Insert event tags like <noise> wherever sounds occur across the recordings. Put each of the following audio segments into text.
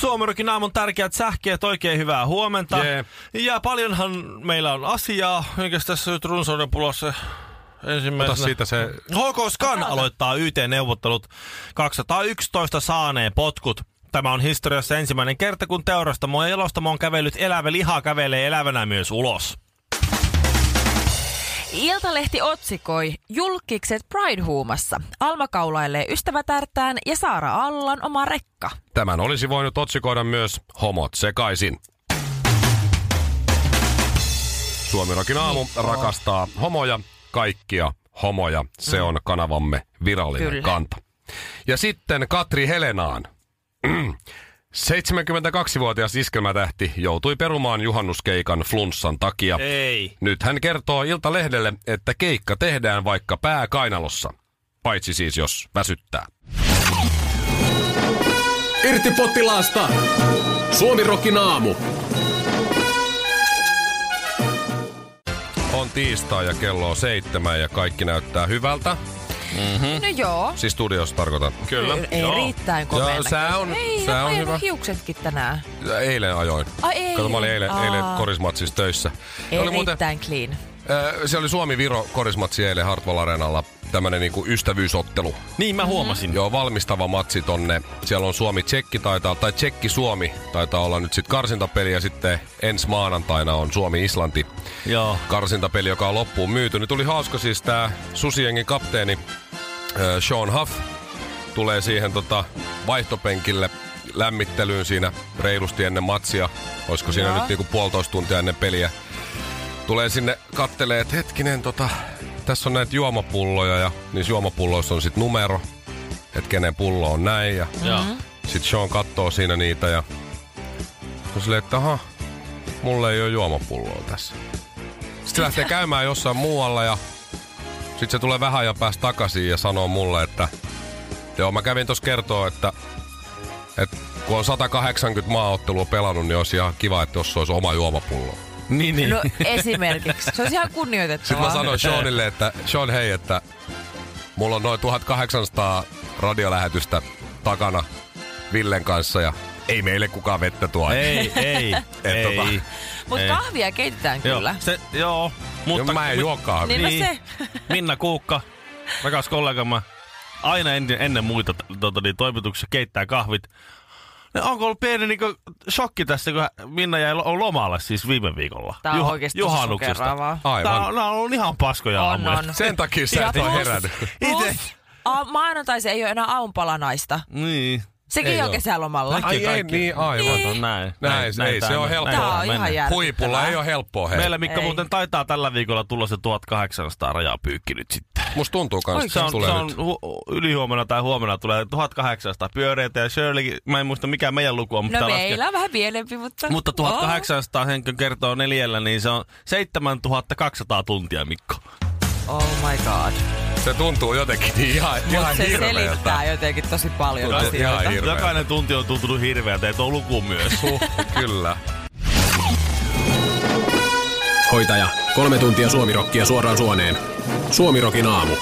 Suomirokin aamun tärkeät sähkeet, oikein hyvää huomenta. Jee. Ja paljonhan meillä on asiaa, eikä tässä nyt runsauden pulossa ensimmäisenä. Ota siitä se... HK Scan aloittaa YT-neuvottelut 211 saaneen potkut. Tämä on historiassa ensimmäinen kerta, kun teurastamo ja jalostamo on kävellyt elävä liha kävelee elävänä myös ulos. Iltalehti otsikoi Julkikset Pride-huumassa. Alma kaulailee ystävätärtään ja Saara Allan oma rekka. Tämän olisi voinut otsikoida myös homot sekaisin. Suomirokin aamu rakastaa homoja, kaikkia homoja. Se on kanavamme virallinen Kyllä. kanta. Ja sitten Katri Helenaan. <clears throat> 72-vuotias iskelmätähti joutui perumaan juhannuskeikan flunssan takia. Ei. Nyt hän kertoo Iltalehdelle, että keikka tehdään vaikka pää kainalossa. Paitsi siis jos väsyttää. Irti potilaasta! Suomi Rokin aamu. On tiistai ja kello on seitsemän ja kaikki näyttää hyvältä. No joo. Siis studiossa tarkoitan. Kyllä. Erittäin komea Joo, sää on- Ei, sää hän on ajanut hyvä. hiuksetkin tänään. Eilen ajoin. Ai eilen. Kato, mä olin eilen, Aa. eilen korismatsissa töissä. Oli muuten, Erittäin clean. äh, se oli Suomi-Viro korismatsi eilen Hartwall Areenalla. Tämmönen niinku ystävyysottelu. Niin mä huomasin. Joo, valmistava matsi tonne. Siellä on Suomi-Tsekki taitaa, tai Tsekki-Suomi taitaa olla nyt sit karsintapeli ja sitten ensi maanantaina on Suomi-Islanti. Joo. karsintapeli, joka on loppuun myyty. Nyt tuli hauska siis tää Susiengin kapteeni ö, Sean Huff tulee siihen tota, vaihtopenkille lämmittelyyn siinä reilusti ennen matsia. Olisiko siinä Joo. nyt niinku puolitoista tuntia ennen peliä. Tulee sinne kattelee, että hetkinen, tota, tässä on näitä juomapulloja ja niissä juomapulloissa on sit numero, että kenen pullo on näin ja Joo. sitten Sean kattoo siinä niitä ja on silleen, että aha, mulla ei ole juomapulloa tässä. Sitten se lähtee käymään jossain muualla ja sitten se tulee vähän ja päästä takaisin ja sanoo mulle, että joo mä kävin tuossa kertoa, että, että kun on 180 maaottelua pelannut, niin olisi ihan kiva, että jos olisi oma juomapullo. Niin, niin. No <laughs> esimerkiksi. Se on ihan kunnioitettavaa. Sitten mä sanoin Seanille, että Sean hei, että mulla on noin 1800 radiolähetystä takana Villen kanssa ja ei meille kukaan vettä tuo. Ei, ei, <laughs> Et tota. ei. Mutta Ei. kahvia keitetään Joo, kyllä. Se, joo, mutta Mutta mä en juo kahvia. Niin, no se. <laughs> Minna Kuukka, rakas kollegamme, aina ennen, ennen muita t- tota, niin, toimituksia keittää kahvit. Ne onko ollut pieni niin shokki tässä, kun hän- Minna jäi lo- lomalle siis viime viikolla. Tää on oikeesti tosi sokeravaa. Tää Aivan. on, nää on ollut ihan paskoja On, aamuja. on. Sen takia sä Ja et ole plus- herännyt. plus, Ite. a- Maanantai se ei ole enää aunpalanaista. Niin. Sekin Ei on oo. kesälomalla. No Ai, Ai ei, kaikki. niin Näin, aivan. näin, Näin, ei, se tää on menee. helppoa. Näin Tää on menee. ihan jä- Huipulla ei ole helppoa hei. Meillä Mikko Ei. muuten taitaa tällä viikolla tulla se 1800 rajapyykki nyt sitten. Musta tuntuu kans, että Se se on, tulee se on nyt. hu- ylihuomenna tai huomenna tulee 1800 pyöreitä ja Shirley, mä en muista mikä meidän luku on, mutta No tää laskee- meillä on vähän pienempi, mutta... Mutta Oo. 1800 henkilö kertoo neljällä, niin se on 7200 tuntia, Mikko. Oh my god. Se tuntuu jotenkin <laughs> ihan, Mutta ihan se hirveeltä. selittää jotenkin tosi paljon Tuntuu asioita. ihan hirveeltä. siis Jokainen tunti on tuntunut hirveältä, ja tuo luku myös. Huh, kyllä. Hoitaja, kolme tuntia suomirokkia suoraan suoneen. Suomi Rokin aamu.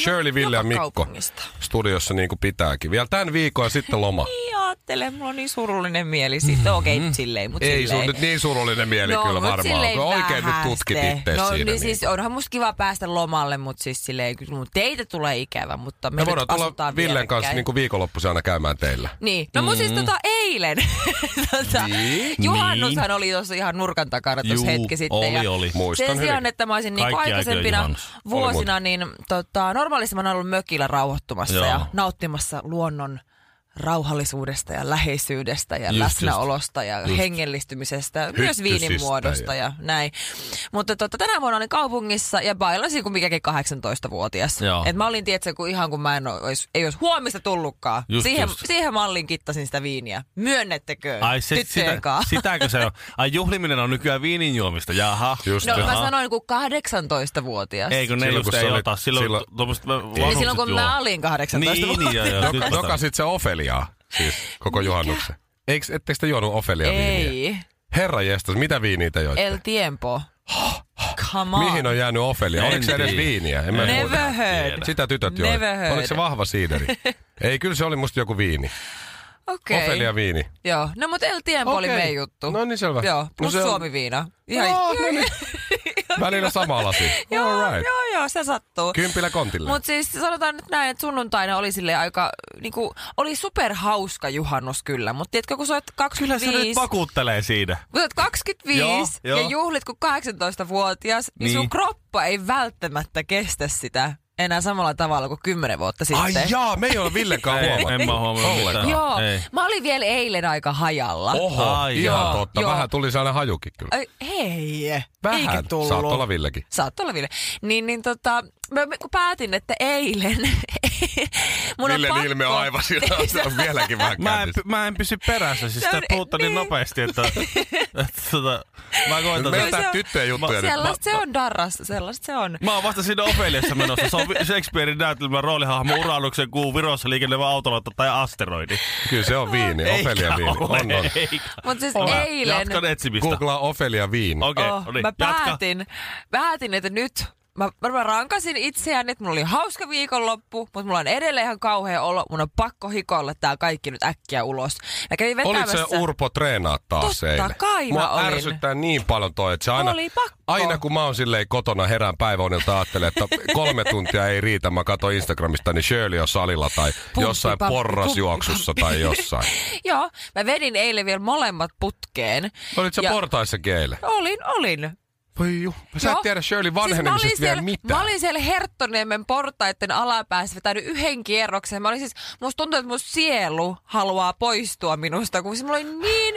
Shirley, Ville ja Joka Mikko kaupungista. studiossa niin kuin pitääkin. Vielä tämän viikon ja <laughs> sitten loma. Niin ajattele, mulla on niin surullinen mieli siitä. No Okei, okay, silleen, mutta Mm-hmm. Ei sun silleen. nyt niin surullinen mieli no, kyllä mut varmaan. silleen Kun oikein nyt vähän tutkit sitten. itse no, siinä. Niin, siis onhan musta kiva päästä lomalle, mutta siis silleen, kyllä mun teitä tulee ikävä, mutta me, Me nyt voidaan tulla asutaan Villen kanssa vierekkäin. niin kuin viikonloppuisen aina käymään teillä. Niin. No mun siis Mm. tota eilen, <laughs> tota, Niin. juhannushan oli tuossa ihan nurkan takana tuossa Juu, hetki sitten. oli, ja oli. Muistan sen hyvin. sijaan, että mä olisin niin Kaikki aikojen aikaisempina juhannus. Oli vuosina, niin tota, normaalisti mä oon ollut mökillä rauhoittumassa Joo. ja nauttimassa luonnon rauhallisuudesta ja läheisyydestä ja Just, just, just. läsnäolosta ja just. hengellistymisestä, myös viinin Hyttysistä muodosta ja- ja näin. Mutta tota, tänä vuonna olin kaupungissa ja bailasin kuin mikäkin 18-vuotias. Joo. Et mä olin tietysti, kun ihan kun mä en ois, ei olisi huomista tullutkaan. Just, siihen, just. siihen malliin kittasin sitä viiniä. Myönnettekö Ai se, sitä, tyttöjen kanssa? <laughs> sitäkö se on? Ai juhliminen on nykyään viinin juomista, jaha. <laughs> Just No Jaha. mä sanoin kuin 18-vuotias. Ei kun ne Silloin, just kun ei sä olit- ota. Silloin, silloin- silloin, tuommoiset Eli Niin silloin kun mä olin 18 Niin, niin, joo, joo. No, nyt mä Joka, joka tajusin. sit se Ofeliaa, siis koko juhannuksen. Eiks, ettekö te juonut Ofelia viiniä? Ei. Herra jestas, mitä viiniä te joitte? El tiempo. Come on. Mihin on jäänyt Ofelia? En Oliko se edes tiedä. viiniä? En mä En muuta. Never heard. Sitä tytöt joi. Never heard. Oliko se <laughs> vahva siideri? Ei, kyllä se oli musta joku viini. Okei. Ofelia viini. Joo. No mut El tiempo oli Okei. meidän juttu. No niin, selvä. Joo. No Plus se no, on- Suomi viina. Ihan, Oh, no niin. Välillä sama lasi. <laughs> joo, All right. joo, joo, se sattuu. Kympillä kontille. Mutta siis sanotaan nyt näin, että sunnuntaina oli sille aika, niinku, oli superhauska juhannus kyllä, mutta tiedätkö, kun sä oot Kyllä se 25, nyt vakuuttelee siinä. kun sä oot 25 Joo, ja joo. juhlit kun 18-vuotias, niin, Niin. sun kroppa ei välttämättä kestä sitä enää samalla tavalla kuin 10 vuotta Ai sitten. jaa, me ei ole <laughs> Villekaan Ei, huomattu. en mä huomannut Ollenkaan. mitään. Joo, Ei. mä olin vielä eilen aika hajalla. Oho, Ai ihan jaa. totta. Joo. Vähän tuli sellainen hajukin kyllä. Ai, hei, Vähän. eikä tullut. Saat olla Villekin. Saat olla Ville. Niin, niin tota, mä, mä- kun päätin, että eilen... <laughs> mun on pakko- <laughs> Ei, se- vieläkin vähän Mä en, mä en pysy perässä, siis Se sitä on- puhutaan niin niin. nopeasti, että, <laughs> että tota, mä koitan. Me Kyllä se tää on- tyttöjen juttuja nyt. Sellaista se on darras, sellaista se on. Mä oon vasta siinä Ofeliassa menossa. Se on vi- Shakespearein näytelmän roolihahmo uralluksen kuun virossa liikennevä autolotta tai asteroidi. Kyllä se on viini, Ofelia viini. ole, On, on. eikä Mutta siis ole. eilen... Jatkan etsimistä. Googlaa Ofelia viini. Okei, oh, no niin, mä jatka. päätin, päätin, että nyt Mä varmaan rankasin itseään, että mulla oli hauska viikonloppu, mutta mulla on edelleen ihan kauhea olo. Mun on pakko hikoilla tää kaikki nyt äkkiä ulos. Mä kävin Oliko vetämässä... se Urpo treenaa taas Totta eilen? kai Mua mä olin. ärsyttää niin paljon toi, että se aina, Oli pakko. aina kun mä oon silleen kotona herään päiväunilta ajattelen, että kolme tuntia ei riitä. Mä katson Instagramista, niin Shirley on salilla tai Pumpi, jossain pampi, porrasjuoksussa pumpi, tai pampi. jossain. Joo, mä vedin eilen vielä molemmat putkeen. Olit sä Ja- portaissakin eilen? Olin, olin. Voi juu. Sä et Joo. Siis tiedä Shirley mä vanhenemisesta olin vielä siellä, mitään. Mä olin siellä Herttoniemen portaiden alapäässä vetänyt yhden kierroksen. Mä olin siis, musta tuntuu, että mun sielu haluaa poistua minusta, kun siis mulla oli niin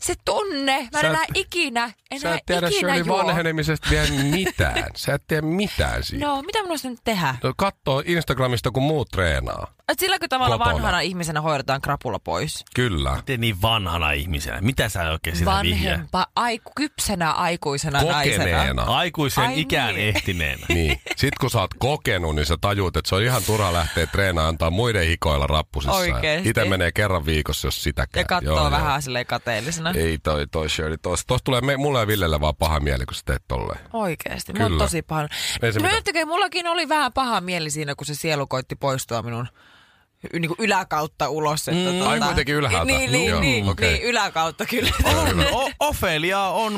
se tunne. Mä en Sä et- enää ikinä, enää Sä et tiedä ikinä Shirley juo. vanhenemisesta vielä mitään. Sä et tiedä mitään siitä. No, mitä mun olisi nyt tehdä? No kattoo Instagramista, kun muut treenaa. Et Silläkö tavalla Kotona. vanhana ihmisenä hoidetaan krapula pois? Kyllä. Te niin vanhana ihmisenä. Mitä sä oikein sitä vihjää? Vanhempa, aiku, kypsenä aikuisena naisena. Kokeneena. Aikuisen Ai ikään niin. ehtineenä. Niin. Sitten kun sä oot kokenut, niin sä tajuut, että se on ihan turha lähteä treenaamaan antaa muiden hikoilla rappusissa. Oikeesti. Itse menee kerran viikossa, jos sitäkään. Ja katsoo Joo, vähän silleen kateellisena. Joo. Ei toi, toi Shirley. Tuossa tos tulee me, mulle ja Villelle vaan paha mieli, kun sä teet tolleen. Oikeesti, mä oon Kyllä. tosi paha. Ei se mitään. Myöntäkö, mullakin oli vähän paha mieli siinä, kun se sielu koitti poistua minun y- niinku yläkautta ulos. Että mm, ai kuitenkin ylhäältä. Niin, niin, Joo, mm, niin, okei. okay. niin, yläkautta kyllä. On. O- Ofelia on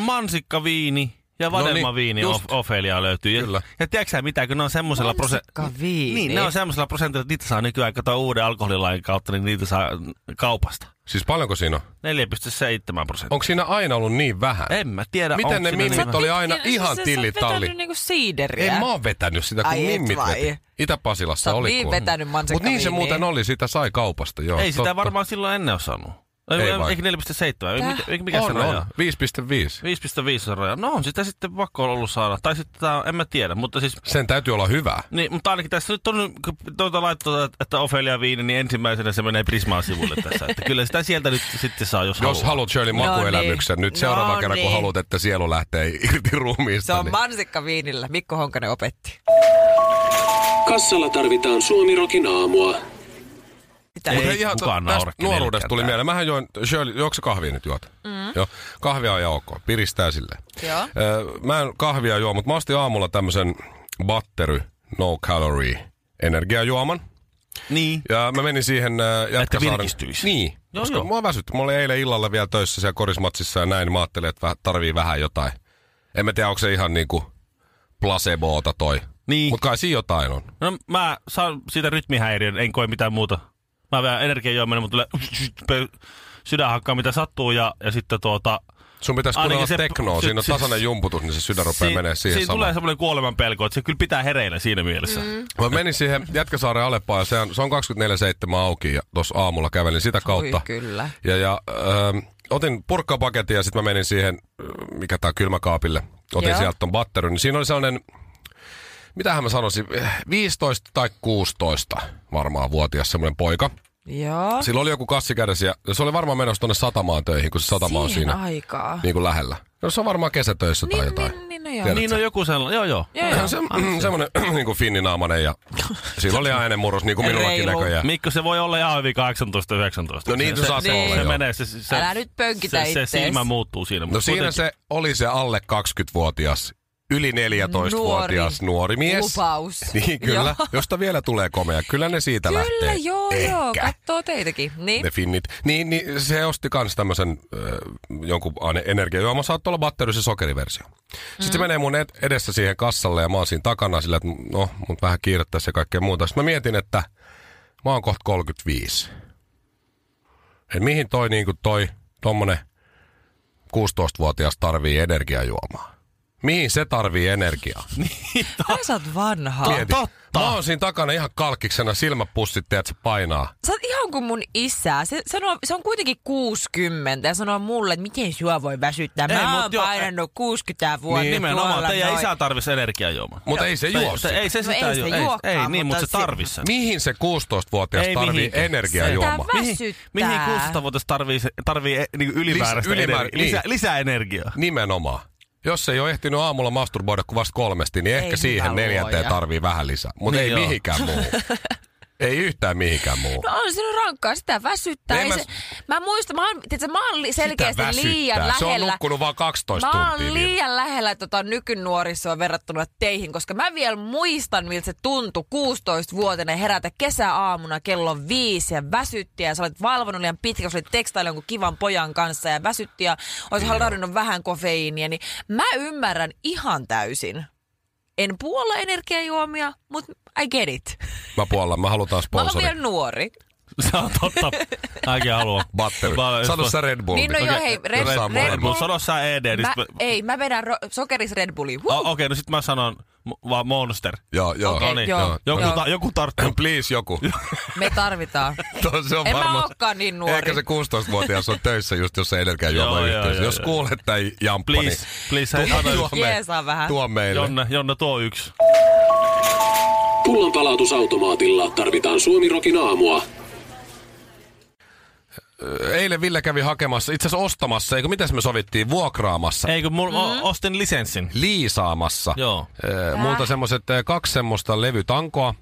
mansikkaviini ja No niin, vadelmaviini no just. niin, Ofelia löytyy. Ja, Kyllä. ja tiedätkö sä mitä, kun ne on semmoisella Mansikka viini. Niin, ne on semmoisella prosentilla, että niitä saa nykyään kato uuden alkoholilain kautta, niin niitä saa kaupasta. 4,7 Siis paljonko siinä on? prosenttia. Onko siinä aina ollut niin vähän? En mä tiedä. Miten onko ne siinä mimmit niin- oli aina ihan tillitalli? niinku siideriä. Ei mä oon vetänyt sitä, kun Ai et mimmit vai? veti. Itä-Pasilassa Sä oot oli niin kun- vetänyt Mut niin se mansikkaviiniä. muuten oli, sitä sai kaupasta. Joo, Ei sitä totta. varmaan silloin ennen ole saanut. Ei, Ei ei vai? Eikö 4,7? Täh? Mikä, mikä se on, raja on. on? 5,5. 5,5 on raja. No on sitä sitten pakko ollut saada. Tai sitten tää, on- en mä tiedä, mutta siis... Sen täytyy olla hyvä. Niin, mutta ainakin tässä nyt on, kun tuota laittaa, että Ofelia viini, niin ensimmäisenä se menee Prismaan sivulle tässä. Että kyllä sitä sieltä nyt sitten saa, jos, Jos haluaa. haluat Shirley No makuelämyksen niin. nyt seuraava No kerran, kun niin. haluat, että sielu lähtee <laughs> irti ruumiista. Se on niin. mansikka viinillä. Mikko Honkanen opetti. Kassalla tarvitaan Suomirokin aamua. Sitä. Ei. Mutta hei, ihan kukaan to- tästä naura kenellekään nuoruudesta tuli täällä. mieleen. Mähän join, Shirley, juokso kahvia nyt juot? Joo, kahvia on ihan ok, piristää sille. Mm. Joo. Öö, mä en kahvia juo, mutta mä ostin aamulla tämmösen battery, no calorie energiajuoman. Niin. Ja mä menin siihen äh, Jätkäsaaren... virkistyisi. Niin, Joo, koska joo. mua väsytti. Mä olin eilen illalla vielä töissä siellä korismatsissa ja näin. Mä ajattelin, että väh- tarvii vähän jotain. En mä tiedä, onko se ihan niinku placeboota toi. Niin. Mut kai siinä jotain on. No mä saan siitä rytmihäiriön, en koe mitään muuta. <laughs> Mä vähän energiajuominen, mutta tulee sydän hakkaa mitä sattuu ja, ja sitten tuota, Sun pitäisi Ainakin kuunnella se- teknoa, se- siinä on se- tasainen jumputus, niin se sydän rupeaa menee siihen siinä tulee samaan. semmoinen kuoleman pelko, että se kyllä pitää hereillä siinä mielessä. Mm. Mä menin siihen Jätkäsaaren Aleppaan ja se on, se on 24-7 auki ja tuossa aamulla kävelin sitä kautta. Oi, kyllä. Ja, ja ähm, otin purkkapaketin ja sitten mä menin siihen, äh, mikä tää on, kylmäkaapille. Otin Joo. sieltä ton batterin. Niin siinä oli sellainen, mitähän mä sanoisin, eh, 15 tai 16 varmaan vuotias semmoinen poika. Ah. Joo. Sillä oli joku kassi kädessä ja se oli varmaan menossa tuonne satamaan töihin, kun se satama on Siihen siinä aikaa. niin kuin lähellä. No se on varmaan kesätöissä tai Niin, jotain. niin, Ah, niin, no joo. Tiedätkö? Niin on joku sellainen, joo joo. Joo, joo. Se, semmoinen <clears throat> niin kuin finninaamainen ja sillä oli äänemuros niin kuin minullakin Reilu. näköjään. Mikko, se voi olla ihan hyvin 18-19. No niin, se, se saattaa olla, se joo. menee, se, se, Älä nyt pönkitä se, se ittees. silmä muuttuu siinä. No mutta siinä kuitenkin- se oli se alle 20-vuotias, yli 14-vuotias nuori, mies. Lupaus. <laughs> Niin kyllä, Joo. josta vielä tulee komea. Kyllä ne siitä Kyllä, lähtee. joo, Ehkä. joo. Kattoo teitäkin. Niin. Ne finnit. Niin, niin se osti kans tämmösen äh, jonkun aine- energiajuoman. Saattaa olla batterissa ja sokeriversio. Sitten se menee mun ed- edessä siihen kassalle ja mä oon siinä takana sillä, että no, mut vähän kiirettäisiin ja kaikkea muuta. Sitten mä mietin, että mä oon kohta 35. Et mihin toi niinku toi tommonen 16-vuotias tarvii energiajuomaa? Mihin se tarvii energiaa? <laughs> Ai sä oot vanha. Mieti. Mä oon siinä takana ihan kalkkiksena silmäpussit, että se painaa. Sä oot ihan kuin mun isä. Se, sanoo, se on kuitenkin 60 ja sanoo mulle, että miten sua voi väsyttää. Ei, Mä mut oon joo, painannut 60 vuotta Niin, nimenomaan, tuolla teidän noin. isä tarvisi energiajuomaa. Mutta ei se juo se, ei se No sitä ei se juo. Ei, ei juokaan, niin, mutta mutta se tarvisi sen. Mihin se 16-vuotias Ei tarvii mihinkään. energiajuomaa? Sitä Mihin, väsyttää. mihin 16-vuotias tarvii, se- tarvii eh, niinku ylimääräistä ylimäärä- energiaa? niin. Lisä, lisää energiaa. Nimenomaan. Jos ei ole ehtinyt aamulla masturboida kuin vasta kolmesti, niin ehkä hyvä siihen neljänteen luoja. tarvii vähän lisää. Mutta Niin ei joo. <laughs> mihinkään muu. ei yhtään mihinkään muu. No on siinä rankkaa, sitä väsyttää. No en Ei mä- se, mä muistan, mä oon, tiiätkö, mä oon li- selkeästi Sitä liian väsyttää. lähellä. Se on nukkunut vaan 12 Mä tuntia. oon viime- liian lähellä tota nykynuorisoa verrattuna teihin, koska mä vielä muistan, miltä se tuntui 16-vuotinen herätä kesäaamuna kello viisi ja väsytti ja sä olet valvonut liian pitkä, kun sä olit tekstailla jonkun kivan pojan kanssa ja väsytti ja olisit halunnut vähän kofeiinia, niin mä ymmärrän ihan täysin. En puolla energiajuomia, mutta I get it. Mä puollan, mä halutaan Mä oon sponsori. vielä nuori. <laughs> Se on totta. Mäkin haluan. Batteri. Mä olen- Sano sä Red Bull. Niin no joo, hei, Red, Red Bull. Red Bull. Mut sano sä ED. niin Mä, sit mä- ei, mä vedän ro- sokeris Red Bulliin. Huh. O- Okei, no sit mä sanon m- vaan Monster. Joo, joo. No Okei, No niin. niin, joo, joku, joo. ta- joku tarttuu. <clears throat> <laughs> Please joku. Me tarvitaan. Tuo- se <laughs> on En mä varmaan- ookaan niin nuori. Ehkä se 16-vuotias on töissä just jossain energiajuoman Joo, joo, yhteydessä. joo, Jos joo. kuulet tai jamppa, niin Please, please, hei, anna tuo, yksi. Jeesaa me, vähän. tuo meille. Jonne, Jonne, tuo yksi. Pullan palautusautomaatilla tarvitaan Suomirokin aamua. Eilen Ville kävi hakemassa, itse asiassa ostamassa, eikö mitäs me sovittiin, vuokraamassa, Ei, kun mul, mm ostin lisenssin. liisaamassa. Joo. Ee, multa semmoset eh, kaksi semmoista levytankoa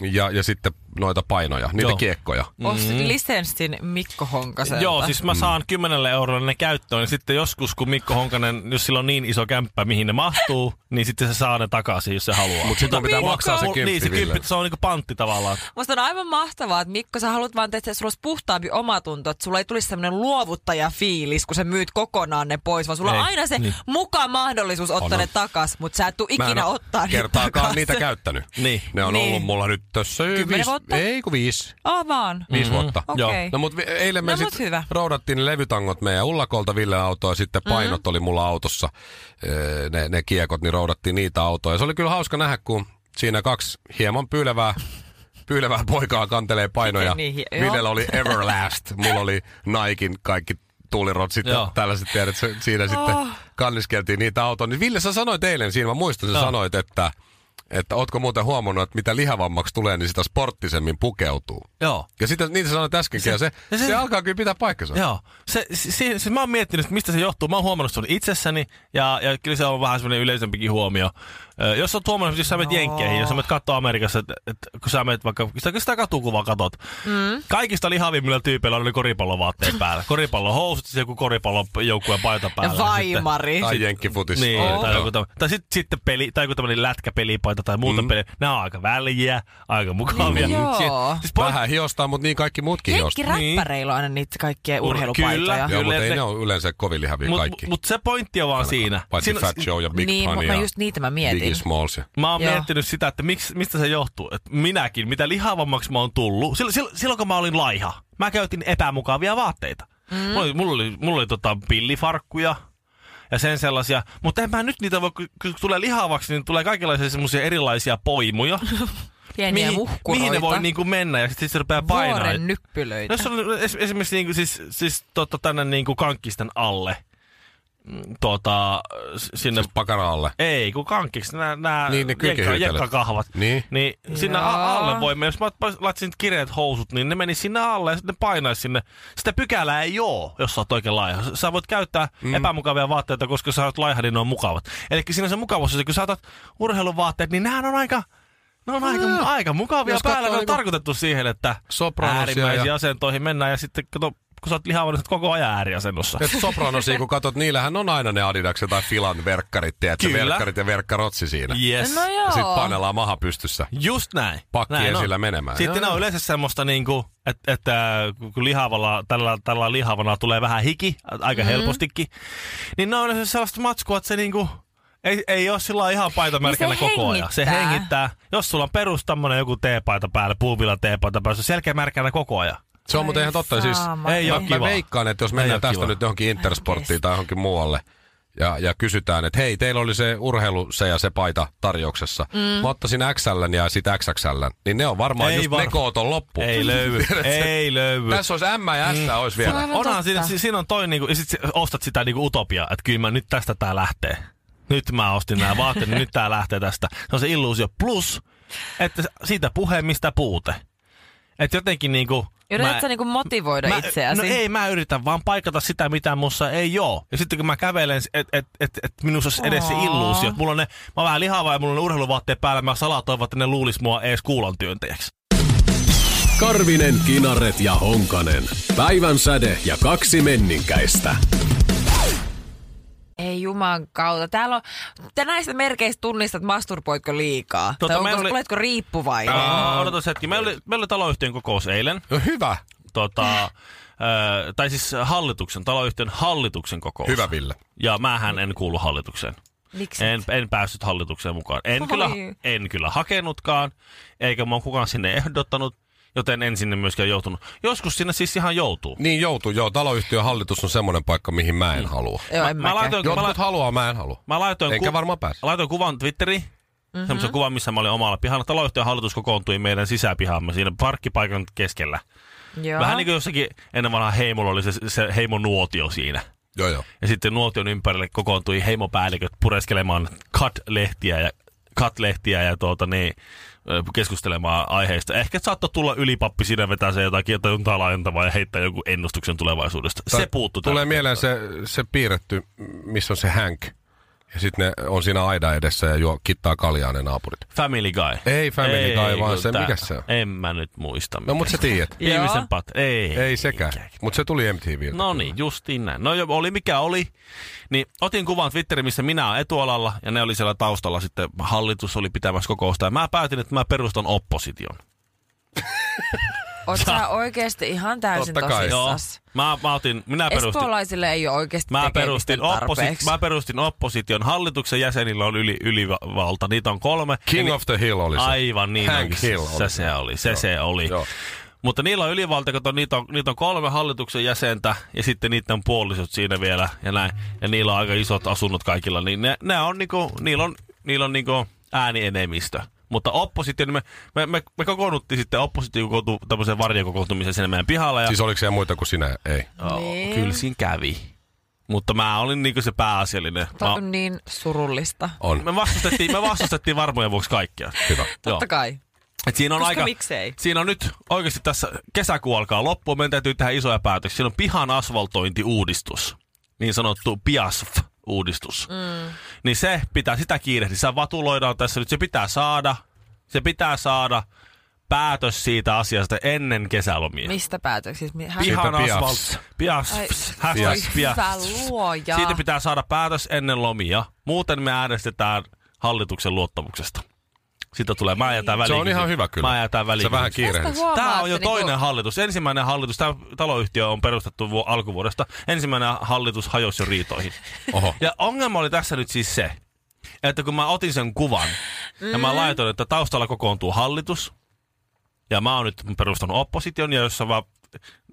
ja, ja sitten noita painoja, niitä Joo. kiekkoja. Ostin lisenssin Mikko Honkaselta. Mm-hmm. Joo, siis mä saan 10 eurolla ne käyttöön, niin sitten joskus, kun Mikko Honkanen, jos sillä on niin iso kämppä, mihin ne mahtuu, niin sitten se saa ne takaisin, jos se haluaa. Mutta sitten pitää Mikko! maksaa se Mul- kymppi, Niin, se Ville. kymppi, se on niinku pantti tavallaan. Musta on aivan mahtavaa, että Mikko, sä haluat vaan tehdä, että sulla olisi puhtaampi omatunto, että sulla ei tulisi semmoinen luovuttajafiilis, kun sä myyt kokonaan ne pois, vaan sulla Ei, on aina se niin. muka mahdollisuus ottaa On, ne takas, mutta sä et tule ikinä oo ottaa ne kertaakaan takas. niitä käyttänyt. Niin. Ne on Niin. ollut mulla nyt tässä Kymmenen viisi, vuotta? ei kun viisi, Aa vaan. Mm. viisi vuotta. Okei. No mut vi- eilen me No mut sit hyvä. Mhm. roudattiin ne levytangot meidän Ullakolta Ville autoa ja sitten painot oli mulla autossa, öö, ne, ne kiekot, niin roudattiin niitä autoja. Se oli kyllä hauska nähdä, kun siinä kaksi hieman pyylevää, <laughs> pyylevää poikaa kantelee painoja. Miten niihin? Niin, Joo. Villellä oli Everlast, mulla oli Naikin kaikki tuulirot sitten Joo. tällaiset tiedät, se- siinä Oh. sitten kanniskeltiin niitä autoja. Niin Ville, sä sanoit eilen siinä, mä muistan, sä sanoit, että, että ootko muuten huomannut, että mitä lihavammaksi tulee, niin sitä sporttisemmin pukeutuu. Joo. Ja sitten niitä sanoit äskenkin, ja se, ja se, se- se alkaa kyllä pitää paikkansa. Joo. Se, si, si, siis mä oon miettinyt, että mistä se johtuu. Mä oon huomannut sun itsessäni ja, ja kyllä se on vähän semmoinen yleisempikin huomio. Ö, jos on tuommoinen, jos sä menet jenkkeihin, jos sä menet katsoa Amerikassa, että et, kun sä menet vaikka, sitä, sitä katukuvaa katot. Mm. Kaikista lihavimmilla tyypeillä oli koripallovaatteet päällä. Koripallohousut, siis joku koripallojoukkueen paita päällä. niin Ja Sitten- vaimari. Tai jenkkifutis. Niin, Joo. tai, joku tämmö- tai sit, sitten peli, tai joku tämmöinen lätkäpelipaita tai muuta mm. peliä. Nämä on aika väliä, aika mukavia. Niin, joo. Si- Siis poik- Vähän hiostaa, mutta niin kaikki muutkin Jenkki hiostaa. räppäreillä on aina niitä kaikkia urheilupaitoja. Niin. kyllä. Joo, mutta ei ne- ne ole yleensä kovin lihavia Mut, kaikki. mut se pointti on vaan siinä. Paitsi siinä Niin Fat Joe ja Big niin, Pun mutta ja mä just niitä mä Biggie mietin. Smalls. ja- Mä oon Joo. miettinyt sitä, että miksi, mistä se johtuu. Että minäkin, mitä lihavammaksi mä oon tullut. Silloin, silloin kun mä olin laiha, mä käytin epämukavia vaatteita. Mm. Mulla oli, mulla oli, mulla oli tota, pillifarkkuja. ja sen sellaisia. Mutta en mä nyt niitä voi, kun kun tulee lihavaksi, niin tulee kaikenlaisia semmoisia erilaisia <laughs> poimuja. Pieniä muhkuroita. mihin ne voi niinku mennä ja sitten sit se rupeaa painaa. Vuoren No nyppylöitä. Jos on es, esimerkiksi niinku, siis, siis tota, tänne niinku kankkisten alle, mm, tota, s- sinne... Siis pakana alle. ei, kun kankkiksi, nämä, nämä Niin, ne kyykinhyytelöt. jekkakahvat. Niin. Niin sinne Joo. a- alle voi mennä. Jos mä laittaisin kireet housut, niin ne meni sinne alle ja sitten ne painaisi sinne. Sitä pykälää ei oo, jos sä oot oikein laiha. S- Sä voit käyttää mm. epämukavia vaatteita, koska sä oot laiha, niin ne on mukavat. Eli siinä on se mukavuus, että kun sä otat urheiluvaatteet, niin nämähän on aika... Ne on aika, aika mukavia Jos päällä. katsoo Ne on niinku tarkoitettu siihen, että Sopranosia äärimmäisiin ja- asentoihin mennään. Ja sitten kato, kun sä oot lihava, niin sä oot koko ajan ääriasennossa. Et sopranosia, kun katot, niillähän on aina ne Adidakset tai Filan verkkarit, tiedätkö, Kyllä. verkkarit ja verkkarotsi siinä. Yes. No joo. Ja sit painellaan maha pystyssä. Just näin. Pakki näin esillä on. menemään. Sitten Joo, ne on joo. yleensä semmoista, niinku, että et, kun lihavalla, tällä, tällä lihavana tulee vähän hiki, ä, aika Mhm. mm-hmm. helpostikin, niin ne on yleensä sellaista matskua, että se niinku, ei, ei ole sillä lailla ihan paitamärkänä Niin se koko ajan. Se hengittää. hengittää. Jos sulla on perus tämmönen joku teepaita päällä, puuvilla teepaita päällä, se on selkämärkänä koko ajan. Se on No muuten ihan totta. Siis, saamari. Ei oo mä, mä kivaa. veikkaan, että jos Ei mennään oo tästä kivaa. nyt johonkin Intersporttiin tai johonkin muualle ja, ja kysytään, että hei, teillä oli se urheilu se ja se paita tarjouksessa. Mm. Mä ottaisin XL ja sit XXL, niin ne on varmaan Ei ei just varma- ne koot on loppu. Ei <laughs> löydy, ei löydy. Tässä olisi M ja S olisi vielä. Aivan Onhan totta. siinä, si- siinä, on toi, niinku, ja sit sä ostat sitä niinku utopiaa, että kyllä mä nyt tästä tää lähtee. Nyt mä ostin nämä vaatteet, niin nyt tää lähtee tästä. Se on se illuusio. Plus, että siitä puhe, mistä puute. Että jotenkin niinku... Yrität mä- sä niinku motivoida mä- itseäsi? No ei, mä yritän vaan paikata sitä, mitä mussa ei oo. Ja sitten kun mä kävelen, että et, et, et minussa olisi edes se Aa. illuusio. Mulla on ne, mä oon vähän lihava ja mulla on ne urheiluvaatteet päällä. Mä salaa toivon, että ne luulis mua ees kuulon työntäjäksi. Karvinen, Kinaret ja Honkanen. Päivän säde ja kaksi menninkäistä. Ei juman kautta. Täällä on, te näistä merkeistä tunnistat, masturboitko liikaa. Tota, Tota, tai meillä onko, oli- oli... oletko riippuvainen? Ää, Odotas hetki. Meillä oli, meillä oli taloyhtiön kokous eilen. No hyvä, tota, <laughs> ö, tai siis hallituksen, taloyhtiön hallituksen kokous. hyvä Ville. Ja mähän en kuulu hallitukseen. Miksi? En, en päässyt hallitukseen mukaan. En Oi. kyllä, en kyllä hakenutkaan, eikä mua kukaan sinne ehdottanut, joten en sinne myöskään joutunut. Joskus sinne siis ihan joutuu. Niin joutuu, joo. Taloyhtiön hallitus on semmoinen paikka, mihin mä No, en halua. Joo, en Mä mäkään. laitoin, mä Jotkut laitoin, haluaa, mä en halua. mä laitoin, Enkä varmaan pääse. laitoin kuvan Twitteriin, mm-hmm. semmoisen kuvan, missä mä olin omalla pihalla. Taloyhtiön hallitus kokoontui meidän sisäpihamme siinä parkkipaikan keskellä. Joo. Vähän niin kuin jossakin ennen vanhaa heimolla oli se, se heimonuotio siinä. Joo, joo. Ja sitten nuotion ympärille kokoontui heimopäälliköt pureskelemaan cut-lehtiä ja, cut-lehtiä ja tuota niin, ö, keskustelemaan aiheista. Ehkä saattoi tulla ylipappi siinä vetää se jotakin, jotain jotain laajentavaa ja heittää joku ennustuksen tulevaisuudesta. Se puuttu Tulee mieleen se, se piirretty, missä on se hänk. Ja sitten ne on siinä aida edessä ja juo, kittaa kaljaa ne naapurit. Family Guy. Ei Family Guy, vaan kun se- tää- mikäs se on? En mä nyt muista. No mut sä tiedät. Joo. Ihmisen pat. Ei. Ei sekään. Mut se tuli MTVltä. No niin, justiin näin. No jo, oli mikä oli. Niin otin kuvan Twitteriin, missä minä olen etualalla ja ne oli siellä taustalla sitten. Hallitus oli pitämässä kokousta ja mä päätin, että mä perustan opposition. Oot sä oikeesti ihan täysin Totta kai. tosissas? Mä, mä otin, minä perustin, Espoolaisille ei ole oikeesti mä tekemistä perustin, opposi, tarpeeksi. mä perustin opposition. Hallituksen jäsenillä on yli, ylivalta, niitä on kolme. King Eli- of the Hill oli se. Aivan niin Hank onkin. Hill oli se, se. se oli, se, Joo. se oli. Joo. Mutta niillä on ylivalta, kato, niitä on, niitä on kolme hallituksen jäsentä ja sitten niitä on puolisot siinä vielä ja näin. Ja niillä on aika isot asunnot kaikilla, niin ne, ne on niinku, niillä on, niillä on niinku äänienemistö. Mutta oppositio, niin me, me, me, me kokoonnuttiin sitten oppositio kokoontui tämmöiseen varjokokoontumiseen sinne meidän pihalla. Ja Siis oliko siellä muita kuin sinä? Ei. Joo, Niin. kyllä siinä kävi. Mutta mä olin niinku se pääasiallinen. Tämä on niin surullista. On. Mä, me, vastustettiin, me vastustettiin varmojen vuoksi kaikkea. Hyvä. Totta kai. Et siinä on Koska aika, miksei? Siinä on nyt oikeasti tässä kesäkuu alkaa loppuun, meidän täytyy tehdä isoja päätöksiä. Siinä on pihan asfaltointiuudistus, niin sanottu PIASF-uudistus. Mm. Niin se pitää, sitä kiirehtiä. Sitä vatuloidaan tässä nyt, se pitää saada, se pitää saada päätös siitä asiasta ennen kesälomia. Mistä päätöksiä? Mi- Hän... Pihan Siitä asfalt. piafs. Ai, Piafs. Hashtag voi hyvä piafs. luoja. Siitä pitää saada päätös ennen lomia. Muuten me äänestetään hallituksen luottamuksesta. Sitä tulee. Mä jätän Se väliin. on ihan hyvä kyllä. Mä jätän väliin. Sä vähän Tästä kiirehdit. huomaa, Tämä on jo että niinku- toinen hallitus. Ensimmäinen hallitus, tämä taloyhtiö on perustettu vu- alkuvuodesta. Ensimmäinen hallitus hajosi jo riitoihin. Oho. Ja ongelma oli tässä nyt siis se, että kun mä otin sen kuvan mm. ja mä laitoin, että taustalla kokoontuu hallitus, ja mä oon nyt perustanut opposition, ja jos sä vaan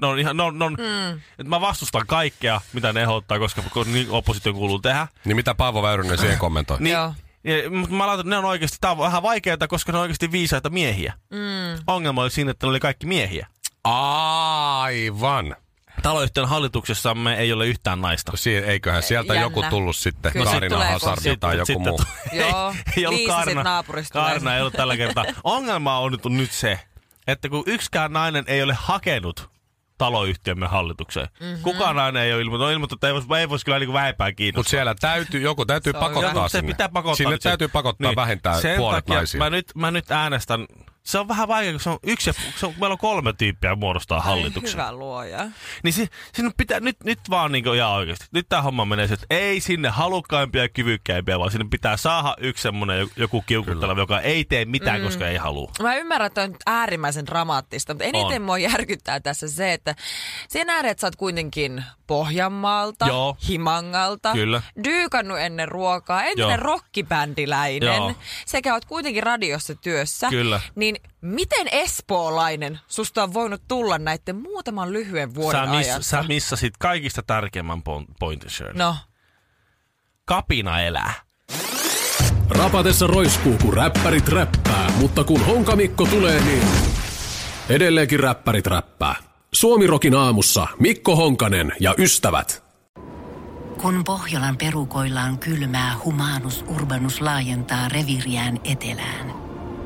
ne on ihan, ne on, ne on, mm. että mä vastustan kaikkea, mitä ne ehdottaa, koska kun niin oppositio kuuluu tehdä. Niin mitä Paavo Väyrynen siihen kommentoi? Niin, Joo. ja, mut mä laitan, ne on oikeasti, tää on vähän vaikeaa, koska ne on oikeasti viisaita miehiä. Mm. Ongelma oli siinä, että ne oli kaikki miehiä. Aivan. Taloyhtiön hallituksessamme ei ole yhtään naista. Si- eiköhän sieltä Jännä. joku tullut Kyllä. sitten, Kyllä. Kaarina Tulee Hazardi konsultti. tai joku muu. Joo, <laughs> ei ollut viisi sit Kaarina, naapurista tulee. Kaarina ei ollut tällä kertaa. Ongelma on nyt, on nyt se, että kun yksikään nainen ei ole hakenut taloyhtiömme hallitukseen. Mhm. Mm-hmm. Kukaan nainen ei ole ilmoittanut, on ilmoittanut että ei voisi ei vois kyllä niin väipää Mutta kiinnostaa. siellä täytyy, joku täytyy Se on pakottaa Joo, mut se sinne. pitää pakottaa. Sinne nyt se. täytyy pakottaa niin. vähentää Sen puolet takia naisia. Mä nyt, mä nyt äänestän, se on vähän vaikea, kun se on yksi, ja- se on, meillä on kolme tyyppiä muodostaa hallituksen. Hyvä luoja. Niin si, sinun pitää nyt, nyt vaan niinku ihan oikeasti. Nyt tämä homma menee se, että ei sinne halukkaimpia ja kyvykkäimpiä, vaan sinne pitää saada yksi semmonen joku kiukutteleva, joka ei tee mitään, mm. koska ei halua. Mä ymmärrän, että on nyt äärimmäisen dramaattista, mutta On. eniten mua järkyttää tässä se, että sen ääret että sä oot kuitenkin Pohjanmaalta, Joo. Himangalta, Kyllä. dyykannut ennen ruokaa, Joo. entinen rockibändiläinen, Joo. sekä oot kuitenkin radiossa työssä. Kyllä. Niin miten espoolainen susta on voinut tulla näiden muutaman lyhyen vuoden Sä, miss, ajan? sä missasit kaikista tärkeimmän pon- pointin, Shirley. No, Kapina elää. Rapatessa roiskuu, kun räppärit räppää, mutta kun Honkamikko tulee, niin edelleenkin räppärit räppää. Suomirokin aamussa Mikko Honkanen ja ystävät. Kun Pohjolan perukoillaan kylmää, humanus urbanus laajentaa reviriään etelään.